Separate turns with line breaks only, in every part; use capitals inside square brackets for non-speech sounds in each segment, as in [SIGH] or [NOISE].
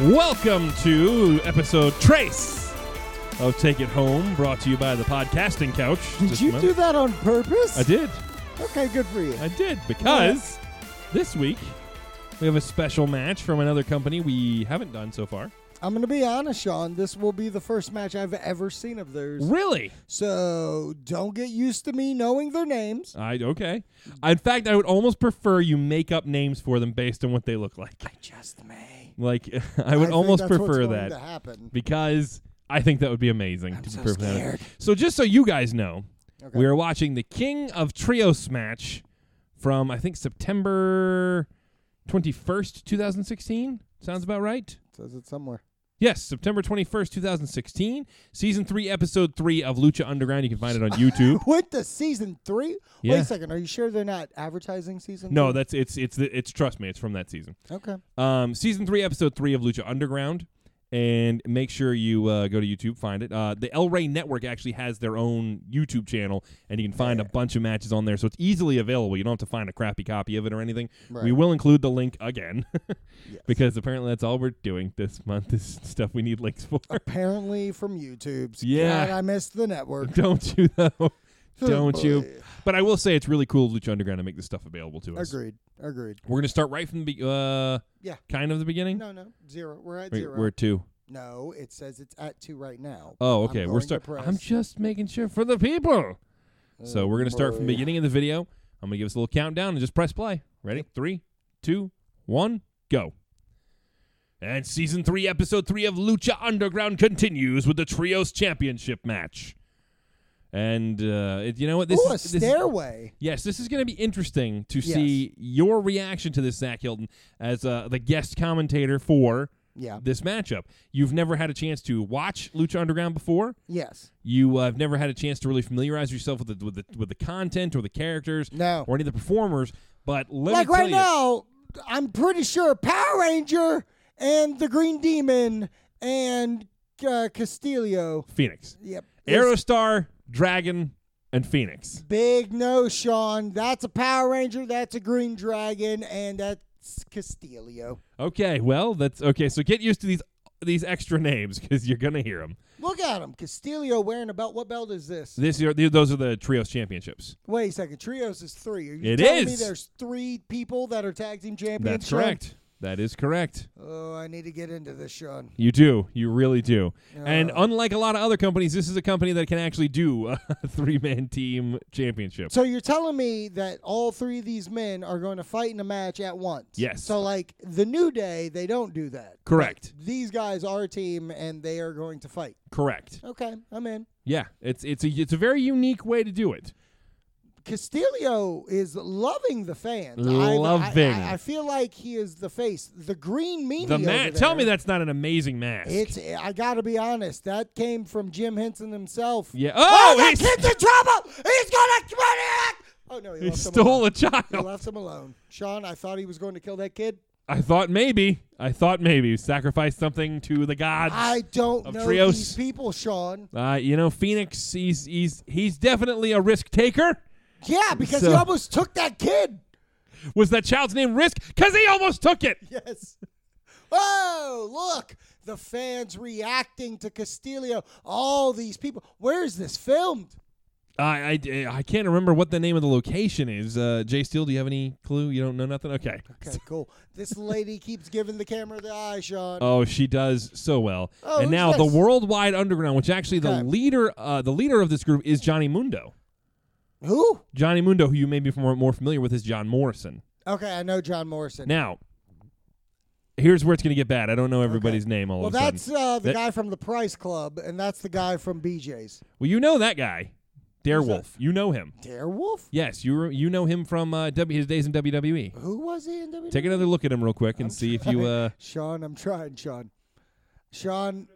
Welcome to episode Trace of Take It Home, brought to you by the Podcasting Couch.
Did
Just
you
a
do
moment.
that on purpose?
I did.
Okay, good for you.
I did because this week we have a special match from another company we haven't done so far.
I'm going to be honest, Sean. This will be the first match I've ever seen of theirs.
Really?
So don't get used to me knowing their names.
I okay. In fact, I would almost prefer you make up names for them based on what they look like.
Just me.
Like [LAUGHS] I would
think
almost
that's what's
prefer
going
that.
to happen.
because I think that would be amazing. to
so
be perfectly honest.
scared.
So just so you guys know,
Okay.
we are watching the King of Trios match from I think September twenty first, two thousand sixteen. Sounds about right.
Says it somewhere.
Yes, September twenty first, two thousand sixteen, season three, episode three of Lucha Underground. You can find it
[LAUGHS]
on YouTube.
Went to season three. Wait
Yeah.
a second. Are you sure they're not advertising season?
no,
three?
that's it's it's it's trust me, it's from that season.
okay.
Um, season three, episode three of Lucha Underground, and make sure you uh, go to YouTube, find it. Uh, the El Rey Network actually has their own YouTube channel, and you can find a bunch of matches on there, so it's easily available. You don't have to find a crappy copy of it or anything. We
Right.
will include the link again, [LAUGHS]
Yes.
because apparently that's all we're doing this month is [LAUGHS] stuff we need links for.
Apparently from YouTube's.
Yeah.
God, I missed
[LAUGHS]
the network.
don't you
[LAUGHS]
though? Don't you?
Oh, Boy.
But I will say it's really cool of Lucha Underground to make this stuff available to us.
Agreed. Agreed.
We're gonna start right from the be- uh,
Yeah.
kind of the beginning.
No, no. Zero. We're at
Wait,
0
we're at two.
no, it says it's at two right now.
Oh,
I'm
okay.
going
we're
to
start. I'm
press.
just making sure for the people. so we're gonna start from
Oh, boy.
the beginning of the video. I'm gonna give us a little countdown and just press play. Ready? Three, two, one, go. And season three, episode three of Lucha Underground continues with the trios championship match. And uh, it, you know what? This
Ooh, a
is this is-
stairway.
Yes, this is going to be interesting to
Yes.
see your reaction to this, Zach Hilton, as uh, the guest commentator for
Yeah.
this matchup. You've never had a chance to watch Lucha Underground before.
Yes.
You uh, have never had a chance to really familiarize yourself with the with the, with the content or the characters
No.
or any of the performers. But let
like
me tell
right
you,
now, I'm pretty sure Power Ranger and the Green Demon and uh, Castillo.
Phoenix,
Yep. It's
Aerostar, Dragon, and Phoenix.
Big no, Sean. That's a Power Ranger. That's a Green Dragon, and that's Castillo.
Okay, well that's okay. So get used to these these extra names because you're gonna hear them.
Look at him, Castillo wearing a belt. What belt is this?
This year, th- those are the trios championships.
Wait a second. Trios is three. Are you
It
telling me
is.
there's three people that are tag team champions?
That's
Sean?
correct. That is correct.
Oh, I need to get into this, Sean.
You do. You really do. and unlike a lot of other companies, this is a company that can actually do [LAUGHS] a three man team championship.
So you're telling me that all three of these men are going to fight in a match at once?
Yes.
So like the New Day, they don't do that.
Correct.
These guys are a team and they are going to fight.
Correct.
Okay, I'm in.
Yeah, it's it's a it's a very unique way to do it.
Castillo is loving the fans. I've-
Loving.
I, I, I feel like he is the face, the green meanie.
The
over
mask. Tell me
there,
that's not an amazing mask.
It's. I gotta be honest. That came from Jim Henson himself.
yeah.
Oh,
Oh,
that
he
kid's in trouble. He's gonna. Oh no, he,
he
left him alone.
stole a
He
child.
left him alone. Sean, I thought he was going to kill that kid.
I thought maybe. I thought maybe sacrifice something to the gods.
I don't
Of
know
trios.
these people, Sean.
uh, you know, Phoenix. He's he's he's definitely a risk taker.
Yeah, because he
So-
almost took
[LAUGHS]
that kid.
Was that child's name Risk? Cause he almost took it.
Yes. Oh, look. The fans reacting to Castillo. All these people. Where is this filmed?
I, I, I can't remember what the name of the location is. Uh, Jay Steele, do you have any clue? You don't know nothing? Okay. [LAUGHS]
Okay, cool. This lady keeps giving the camera the eye, Sean.
Oh, she does so well.
Oh,
and
who's
now the
this?
Worldwide Underground, which actually the
Okay.
leader uh, the leader of this group is Johnny Mundo.
Who?
Johnny Mundo, who you may be more, more familiar with, is John Morrison.
Okay, I know John Morrison.
Now, here's where it's going to get bad. I don't know everybody's name all
well,
of a sudden.
that's uh, the
That-
guy from the Price Club, and that's the guy from BJ's.
Well, you know that guy,
that?
Darewolf. You know him.
Darewolf?
Yes, you re- you know him from uh, w- his days in WWE.
Who was he in E? WWE?
Take another look at him real quick and see if you. Uh,
Sean, I'm trying, Sean. Sean,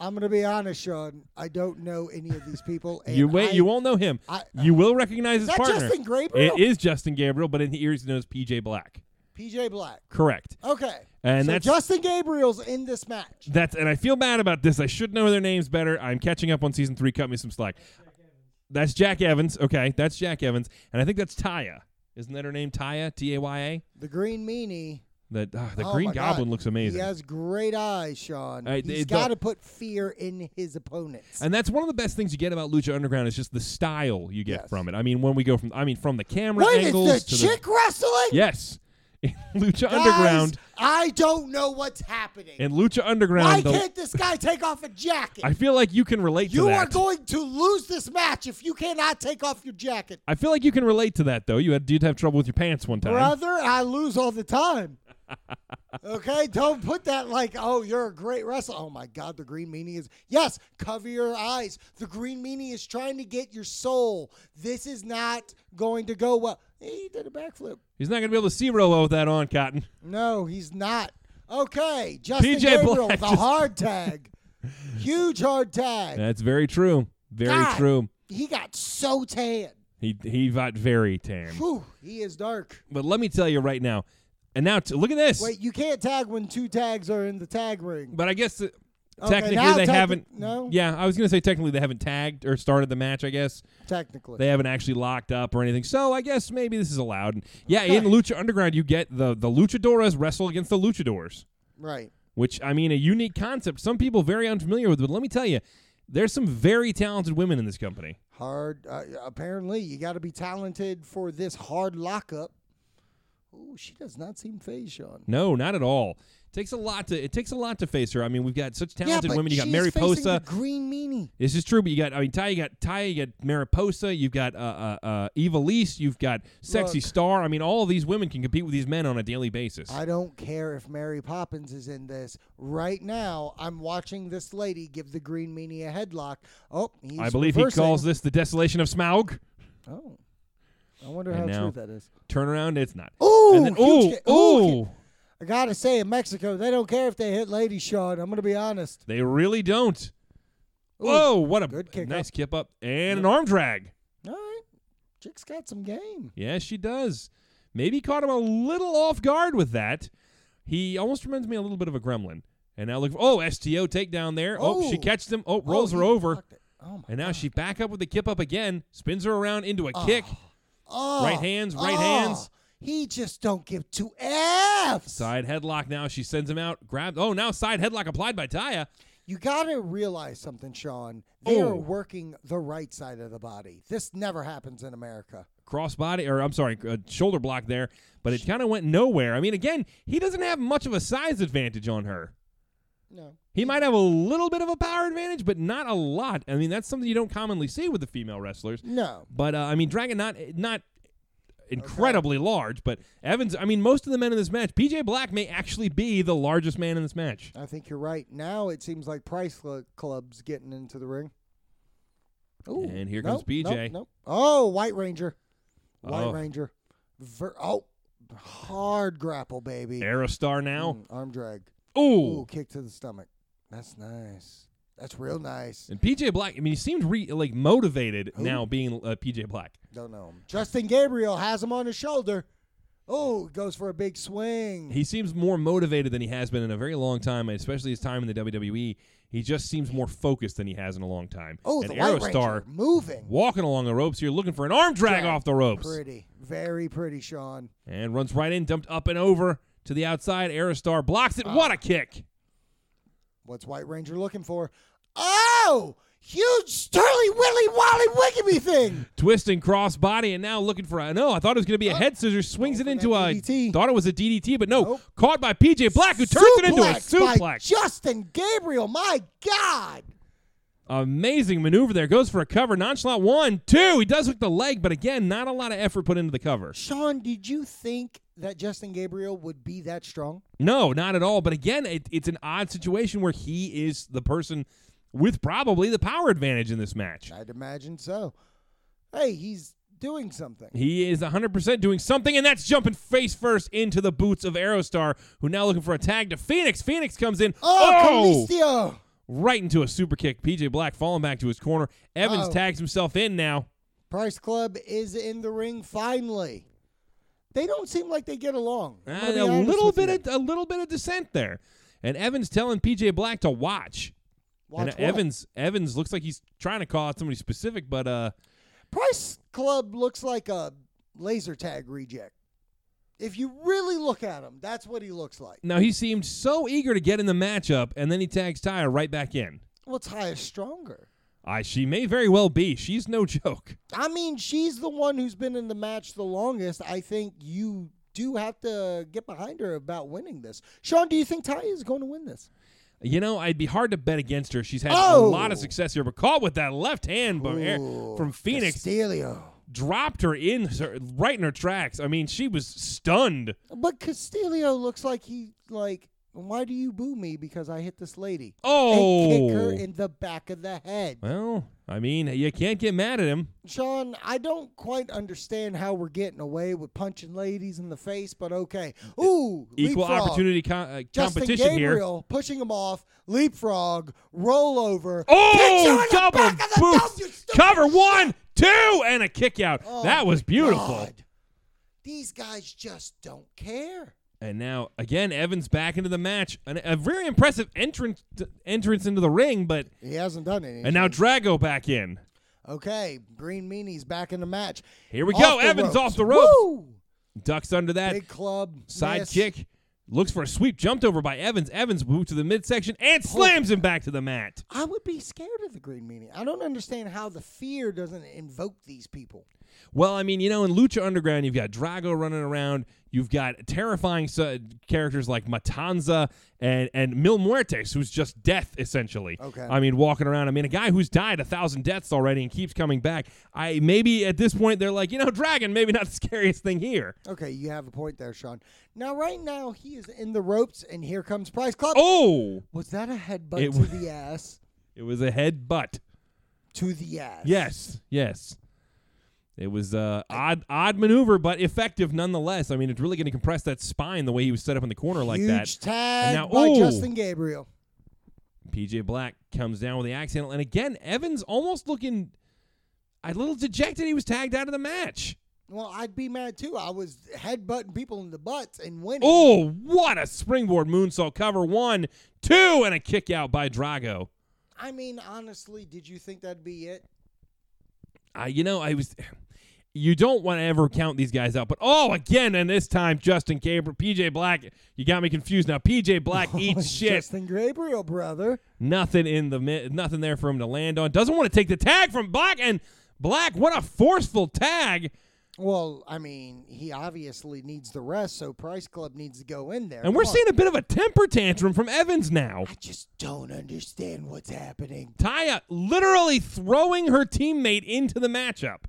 I'm gonna be honest, Sean. I don't know any of these people.
[LAUGHS]
And
You wait.
I-
you won't know him.
I-
you will recognize his
that
partner.
Justin Gabriel?
It is Justin Gabriel, but in the ears known as PJ Black.
PJ Black.
Correct.
Okay.
And
so
that's-
Justin Gabriel's in this match.
That's and I feel bad about this. I should know their names better. I'm catching up on season three. Cut me some slack. That's Jack Evans. Okay, that's Jack Evans, and I think that's Taya. Isn't that her name? Taya. T A Y A.
The Green Meanie
That ah, the
Oh
Green
my God.
Goblin looks amazing.
He has great eyes, Sean.
All right,
He's
it-
got to put fear in his opponents.
And that's one of the best things you get about Lucha Underground is just the style you get
Yes.
from it. I mean, when we go from, I mean, from the camera
Wait, it's
angles
the
to
chick wrestling?
the yes, [LAUGHS] in Lucha
Guys,
Underground
I don't know what's happening.
and Lucha
Why
Underground. the-
can't this guy take off a jacket?
I feel like you can relate
you
to
are
that.
going to lose this match if you cannot take off your jacket.
I feel like you can relate to that though. You had did have trouble with your pants one time.
Brother, I lose all
[LAUGHS]
the time. okay, don't put that like, oh, you're a great wrestler. Oh my God, the green meaning is yes, cover your eyes. The green meaning is trying to get your soul. This is not going to go well. He did a backflip.
He's not going to be able to see Rolo with that on, Cotton.
No, he's not. Okay, Justin
PJ
Gabriel,
Black
the
just-
hard tag, huge hard tag.
That's very true. Very
God.
true.
He got so tan.
He he got very tan.
Whew, he is dark.
But let me tell you right now. And now t- look at this.
Wait, you can't tag when two tags are in the tag ring.
But I guess uh,
Okay,
technically
now
they
techni-
haven't.
no?
Yeah, I was gonna say technically they haven't tagged or started the match. I guess
Technically,
they haven't actually locked up or anything. So I guess maybe this is allowed. And yeah, in
Okay.
Lucha Underground, you get the the luchadoras wrestle against the luchadors,
right?
which I mean, a unique concept. Some people very unfamiliar with, but let me tell you, there's some very talented women in this company.
Hard. Uh, apparently, you got to be talented for this hard lockup. Oh, she does not seem phased, Sean.
No, not at all. takes a lot to it takes a lot to face her. I mean, we've got such
yeah,
talented
but
women. You got
she's
Mary
facing
Posa,
the green meanie.
This is true, but you got I mean Ty, you got Ty, you got Mariposa, you've got uh, uh, uh, Eva Lise, you've got Sexy
Look.
Star. I mean, all of these women can compete with these men on a daily basis.
I don't care if Mary Poppins is in this. Right now, I'm watching this lady give the green meanie a headlock. Oh, he's
I believe
reversing.
he calls this the desolation of Smaug.
Oh, I wonder
And
how
now-
true that is.
Turn around, it's not.
Ooh,
and then,
huge
ooh,
ki- ooh,
ooh,
I gotta say, in Mexico, they don't care if they hit Lady Sean. I'm gonna be honest.
they really don't.
Ooh,
Whoa, what a
good kick
nice kip up and an arm drag.
All right, chick's got some game.
Yes, she does. Maybe caught him a little off guard with that. He almost reminds me a little bit of a gremlin. And now look, oh, STO takedown there. Oh, she
Oh.
catches him. Oh, rolls
Oh,
her
he
over.
blocked it. Oh my!
And now she back up with the kip up again, spins her around into a kick.
Oh,
Right hands, right
oh,
hands.
He just don't give two f's.
Side headlock now. She sends him out. Grab. Oh, now side headlock applied by Taya.
You gotta realize something, Sean. They
Oh.
are working the right side of the body. This never happens in America.
Crossbody, or I'm sorry, uh, shoulder block there. But it kind of went nowhere. I mean, again, he doesn't have much of a size advantage on her.
No.
He might have a little bit of a power advantage, but not a lot. I mean, that's something you don't commonly see with the female wrestlers.
No.
But uh, I mean, Dragon not not incredibly large, but Evans. I mean, most of the men in this match, PJ Black may actually be the largest man in this match.
I think you're right. Now it seems like Price Cl- Club's getting into the ring. Ooh,
And here
nope,
comes BJ.
Nope, nope. Oh, White Ranger. White
Oh.
Ranger. Ver- oh, hard grapple, baby.
Aerostar now.
Mm, arm drag.
Ooh.
Ooh, kick to the stomach. That's nice. That's real nice.
And PJ Black, I mean, he seemed re- like motivated
Who?
now being uh, PJ Black.
Don't know him. Justin Gabriel has him on his shoulder. Oh, goes for a big swing.
He seems more motivated than he has been in a very long time, and especially his time in the WWE. He just seems more focused than he has in a long time.
oh,
and
the White
Aerostar
Ranger moving.
walking along the ropes here, looking for an arm drag
Drag.
off the ropes.
Pretty, very pretty, Sean.
And runs right in, dumped up and over to the outside. Aerostar blocks
Oh.
it. What a kick.
What's White Ranger looking for? Oh, huge Sterling Willy Wally Wiggy thing.
[LAUGHS] Twisting cross body and now looking for a no. I thought it was going to be a head scissors. Swings it
Going
into
for
a
Oh. that DDT.
thought it was a DDT, but no.
Nope.
Caught by PJ Black, who turns it into a
Suplex
suplex.
by Justin Gabriel, my God.
Amazing maneuver there. Goes for a cover. Nonchalant one, two. He does hook the leg, but again, not a lot of effort put into the cover.
Sean, did you think that Justin Gabriel would be that strong?
No, not at all. But again, it, it's an odd situation where he is the person with probably the power advantage in this match.
I'd imagine so. Hey, he's doing something.
He is 100% doing something, and that's jumping face first into the boots of Aerostar, who now looking for a tag to Phoenix. Phoenix comes in.
Oh, Calisto.
right into a super kick. PJ Black falling back to his corner. Evans
Uh-oh.
tags himself in now.
Price Club is in the ring finally. They don't seem like they get along. I'm gonna
And
be
a
honest
little
with
bit
you.
of, a little bit of dissent there. And Evans telling PJ Black to watch.
Watch
and
what?
Evans Evans looks like he's trying to call out somebody specific, but uh
Price Club looks like a laser tag reject. If you really look at him, that's what he looks like.
Now he seemed so eager to get in the matchup, and then he tags Tyra right back in.
Well, Taya's stronger.
I she may very well be. She's no [LAUGHS] joke.
I mean, she's the one who's been in the match the longest. I think you do have to get behind her about winning this. Sean, do you think Taya is going to win this?
You know, I'd be hard to bet against her. She's had a
Oh!
lot of success here, but caught with that left hand from,
Ooh,
from Phoenix,
Castillo.
dropped her in her, right in her tracks. I mean, she was stunned.
But Castillo looks like he like. Why do you boo me because I hit this lady? and
Oh,
kick her in the back of the head.
well, I mean, you can't get mad at him.
Sean, I don't quite understand how we're getting away with punching ladies in the face, but okay. Ooh,
E-, Equal
leapfrog.
opportunity co- uh,
Justin
competition here.
Gabriel pushing him off, leapfrog, rollover. Kicks you
Oh,
in the
double
back of the
boot.
dome, you stupid
Cover one, two, and a kick out.
Oh,
that was beautiful.
God. These guys just don't care.
And now again, Evans back into the match. An, a very impressive entrance entrance into the ring, but
He hasn't done anything.
and now Drago back in.
okay, Green Meanie's back in the match.
Here we
Off
go.
the
Evans
ropes.
off the ropes.
Woo!
Ducks under that
Big club
side
miss.
kick. Looks for a sweep, jumped over by Evans. Evans moved to the midsection and slams him back to the mat.
I would be scared of the Green Meanie. I don't understand how the fear doesn't invoke these people.
Well, I mean, you know, in Lucha Underground, you've got Drago running around. You've got terrifying su- characters like Matanza and and Mil Muertes, who's just death essentially.
Okay.
I mean, walking around. I mean, a guy who's died a thousand deaths already and keeps coming back. I maybe at this point they're like, you know, Dragon, maybe not the scariest thing here.
Okay, you have a point there, Sean. Now, right now, he is in the ropes, and here comes Price Club.
Oh,
Was that a headbutt
It
to
w-
the ass?
it was a headbutt.
To the ass.
Yes, yes. It was uh, odd, odd maneuver, but effective nonetheless. I mean, it's really going to compress that spine the way he was set up in the corner like
Huge
that.
tag
And now-
by
ooh.
Justin Gabriel.
PJ Black comes down with the axe handle. And again, Evans almost looking a little dejected he was tagged out of the match.
Well, I'd be mad too. I was headbutting people in the butts and winning.
Oh, what a springboard moonsault cover. One, two, and a kick out by Drago.
I mean, honestly, did you think that'd be it?
I, you know, I was. You don't want to ever count these guys out, but oh, again, and this time Justin Gabriel, PJ Black, you got me confused now. PJ Black eats shit,
Justin Gabriel, brother.
nothing in the mi- nothing there for him to land on. Doesn't want to take the tag from Black, and Black, what a forceful tag!
Well, I mean, he obviously needs the rest, so Price Club needs to go in there.
And we're
Come on.
seeing a bit of a temper tantrum from Evans now.
I just don't understand what's happening.
Taya literally throwing her teammate into the matchup.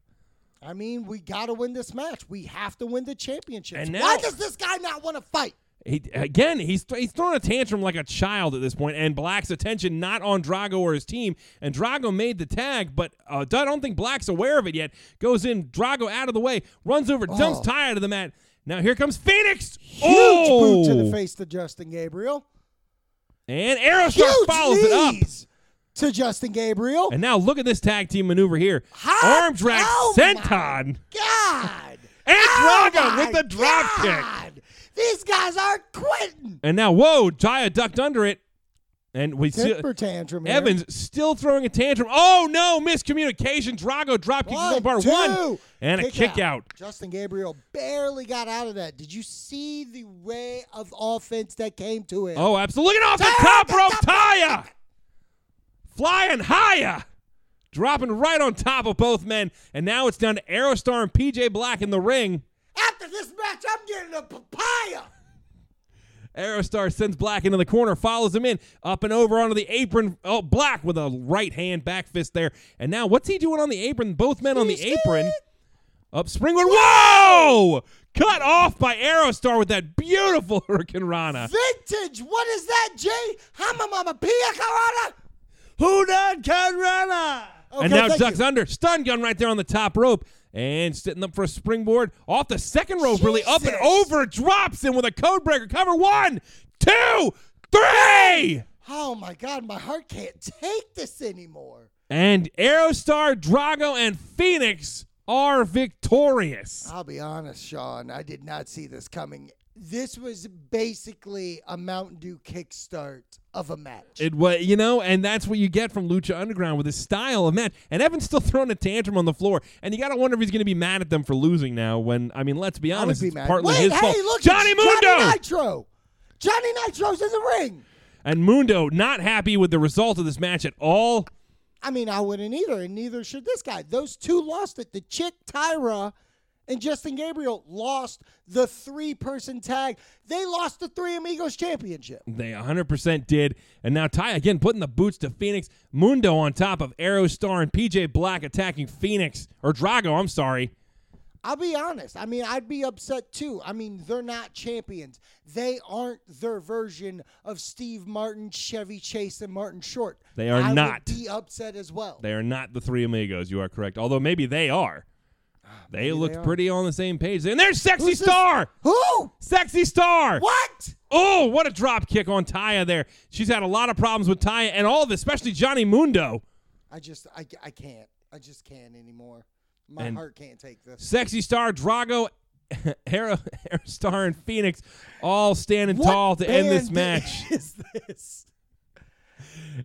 I mean, we got to win this match. We have to win the championship.
And now-
Why does this guy not want to fight?
He, again, he's he's throwing a tantrum like a child at this point, and Black's attention not on Drago or his team. And Drago made the tag, but uh, I don't think Black's aware of it yet. Goes in, Drago out of the way, runs over, dumps
Oh.
Taya to the mat. Now here comes Phoenix.
Huge
oh!
boot to the face to Justin Gabriel.
And Aerostar
Huge
follows it up.
knees to Justin Gabriel.
And now look at this tag team maneuver here.
Hot-
Arm drag
oh my
senton.
God.
And
Oh
Drago
my
with the drop kick.
God. These guys are quitting.
And now, whoa, Jaya ducked under it. And we see
Temper tantrum. here.
Evans still throwing a tantrum. Oh no, miscommunication. Drago drop kick
One,
on bar
two.
one. And a kick out.
Justin Gabriel barely got out of that. Did you see the way of offense that came to him?
Oh, absolutely. Look at off the
Taya,
top
get
rope,
the-
Taya. Flying higher. Dropping right on top of both men. And now it's down to Aerostar and PJ Black in the ring.
After this match, I'm getting a papaya.
Aerostar sends Black into the corner, follows him in, up and over onto the apron. Oh, Black with a right hand back fist there. And now, what's he doing on the apron? Both men on the
He's
apron. Up Springwood. Whoa! Cut off by Aerostar with that beautiful [LAUGHS] Hurricane Rana.
Vintage. What is that, G? I'm a mama pia colada.
Who done Rana?
Okay,
and now
thank
ducks
you.
under. Stun gun right there on the top rope. And sitting up for a springboard off the second rope, really up and
Jesus.
over. Drops in with a code breaker. Cover one, two, three!
Oh my God, my heart can't take this anymore.
And Aerostar, Drago, and Phoenix are victorious.
I'll be honest, Sean. I did not see this coming. This was basically a Mountain Dew kickstart of a match.
It was, you know, and that's what you get from Lucha Underground with his style of match. And Evan's still throwing a tantrum on the floor, and you got to wonder if he's going to be mad at them for losing now. When I mean, let's be
I would
honest,
be
it's
mad.
partly
Wait,
his
hey,
fault.
look,
Johnny
it's
Mundo
Johnny Nitro. Johnny Nitro's in the ring.
and Mundo not happy with the result of this match at all.
I mean, I wouldn't either, and neither should this guy. Those two lost it. The chick Tyra and Justin Gabriel lost the three-person tag. They lost the Three Amigos Championship.
They 100% did. And now Ty again putting the boots to Phoenix. Mundo on top of Arrow Star and PJ Black attacking Phoenix or Drago. I'm sorry.
I'll be honest. I mean, I'd be upset too. I mean, they're not champions. They aren't their version of Steve Martin, Chevy Chase, and Martin Short.
They are
I would
not.
be upset as well.
They are not the three amigos. You are correct. Although maybe they are. They looked
Ah, are.
pretty on the same page. And there's Sexy
Who's this?
Star.
Who?
Sexy Star.
What?
Oh, what a drop kick on Taya there. She's had a lot of problems with Taya and all of this, especially Johnny Mundo.
I just, I, I can't. I just can't anymore. My
And-
heart can't take this.
Sexy Star, Drago, [LAUGHS] Arrow, Arrow Star, and Phoenix all standing tall to end this
band
match.
[LAUGHS] Is this?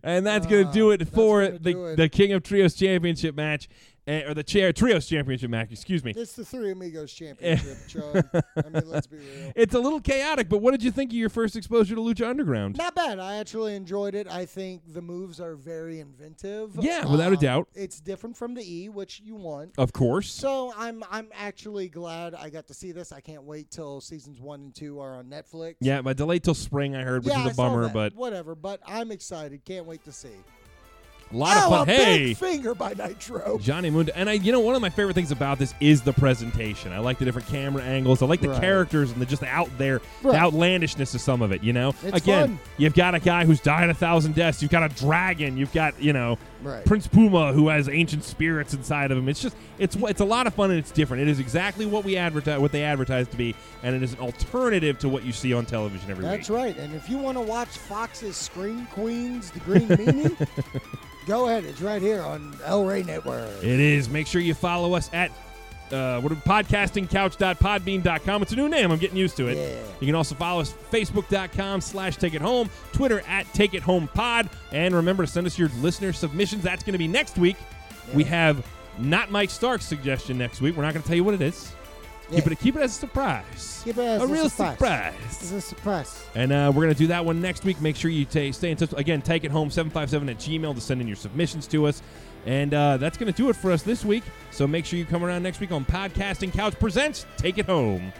And that's going to do it for
Ah, gonna do
the,
it.
the King of Trios Championship match, eh, or the chair Trios Championship match, excuse me.
It's the Three
[LAUGHS]
Amigos Championship, Chug. I mean, let's be real.
It's a little chaotic, but what did you think of your first exposure to Lucha Underground?
Not bad. I actually enjoyed it. I think the moves are very inventive. Um,
Yeah, without a doubt.
It's different from the E, which you want.
Of course.
So I'm I'm actually glad I got to see this. I can't wait till seasons one and two are on Netflix.
Yeah, but delayed till spring, I heard, which
Yeah,
is
I
a
saw
bummer,
that.
but
whatever. But I'm excited. Can't wait to see.
a lot of
Ow,
fun.
Oh, a
Hey!
big finger by Nitro.
Johnny Mundo. And I, you know, one of my favorite things about this is the presentation. I like the different camera angles. I like the
Right.
characters and the just the out there, the
Right.
outlandishness of some of it. You know,
It's
again,
fun.
you've got a guy who's died a thousand deaths. You've got a dragon. You've got you know
Right.
Prince Puma who has ancient spirits inside of him. It's just it's it's a lot of fun and it's different. It is exactly what we advertise, what they advertise to be, and it is an alternative to what you see on television every
That's
week.
right. And if you want to watch Fox's Scream Queens, The
[LAUGHS]
Green Meanie, go ahead. It's right here on El Rey Network.
It is. Make sure you follow us at. Uh, what podcastingcouch.podbean.com. It's a new name. I'm getting used to it.
Yeah.
You can also follow us facebook.com slash take it home, Twitter at take it home pod, and remember to send us your listener submissions. That's going to be next week. We have not Mike Stark's suggestion next week. We're not going to tell you what it is. Keep
Yeah.
it keep it as a surprise.
Keep it as
a
a
real
surprise.
surprise.
This is a surprise.
And uh, we're going to do that one next week. Make sure you ta stay in touch. Again, take it home 757 at gmail to send in your submissions to us. And uh, that's going to do it for us this week. So make sure you come around next week on Podcasting Couch Presents Take It Home.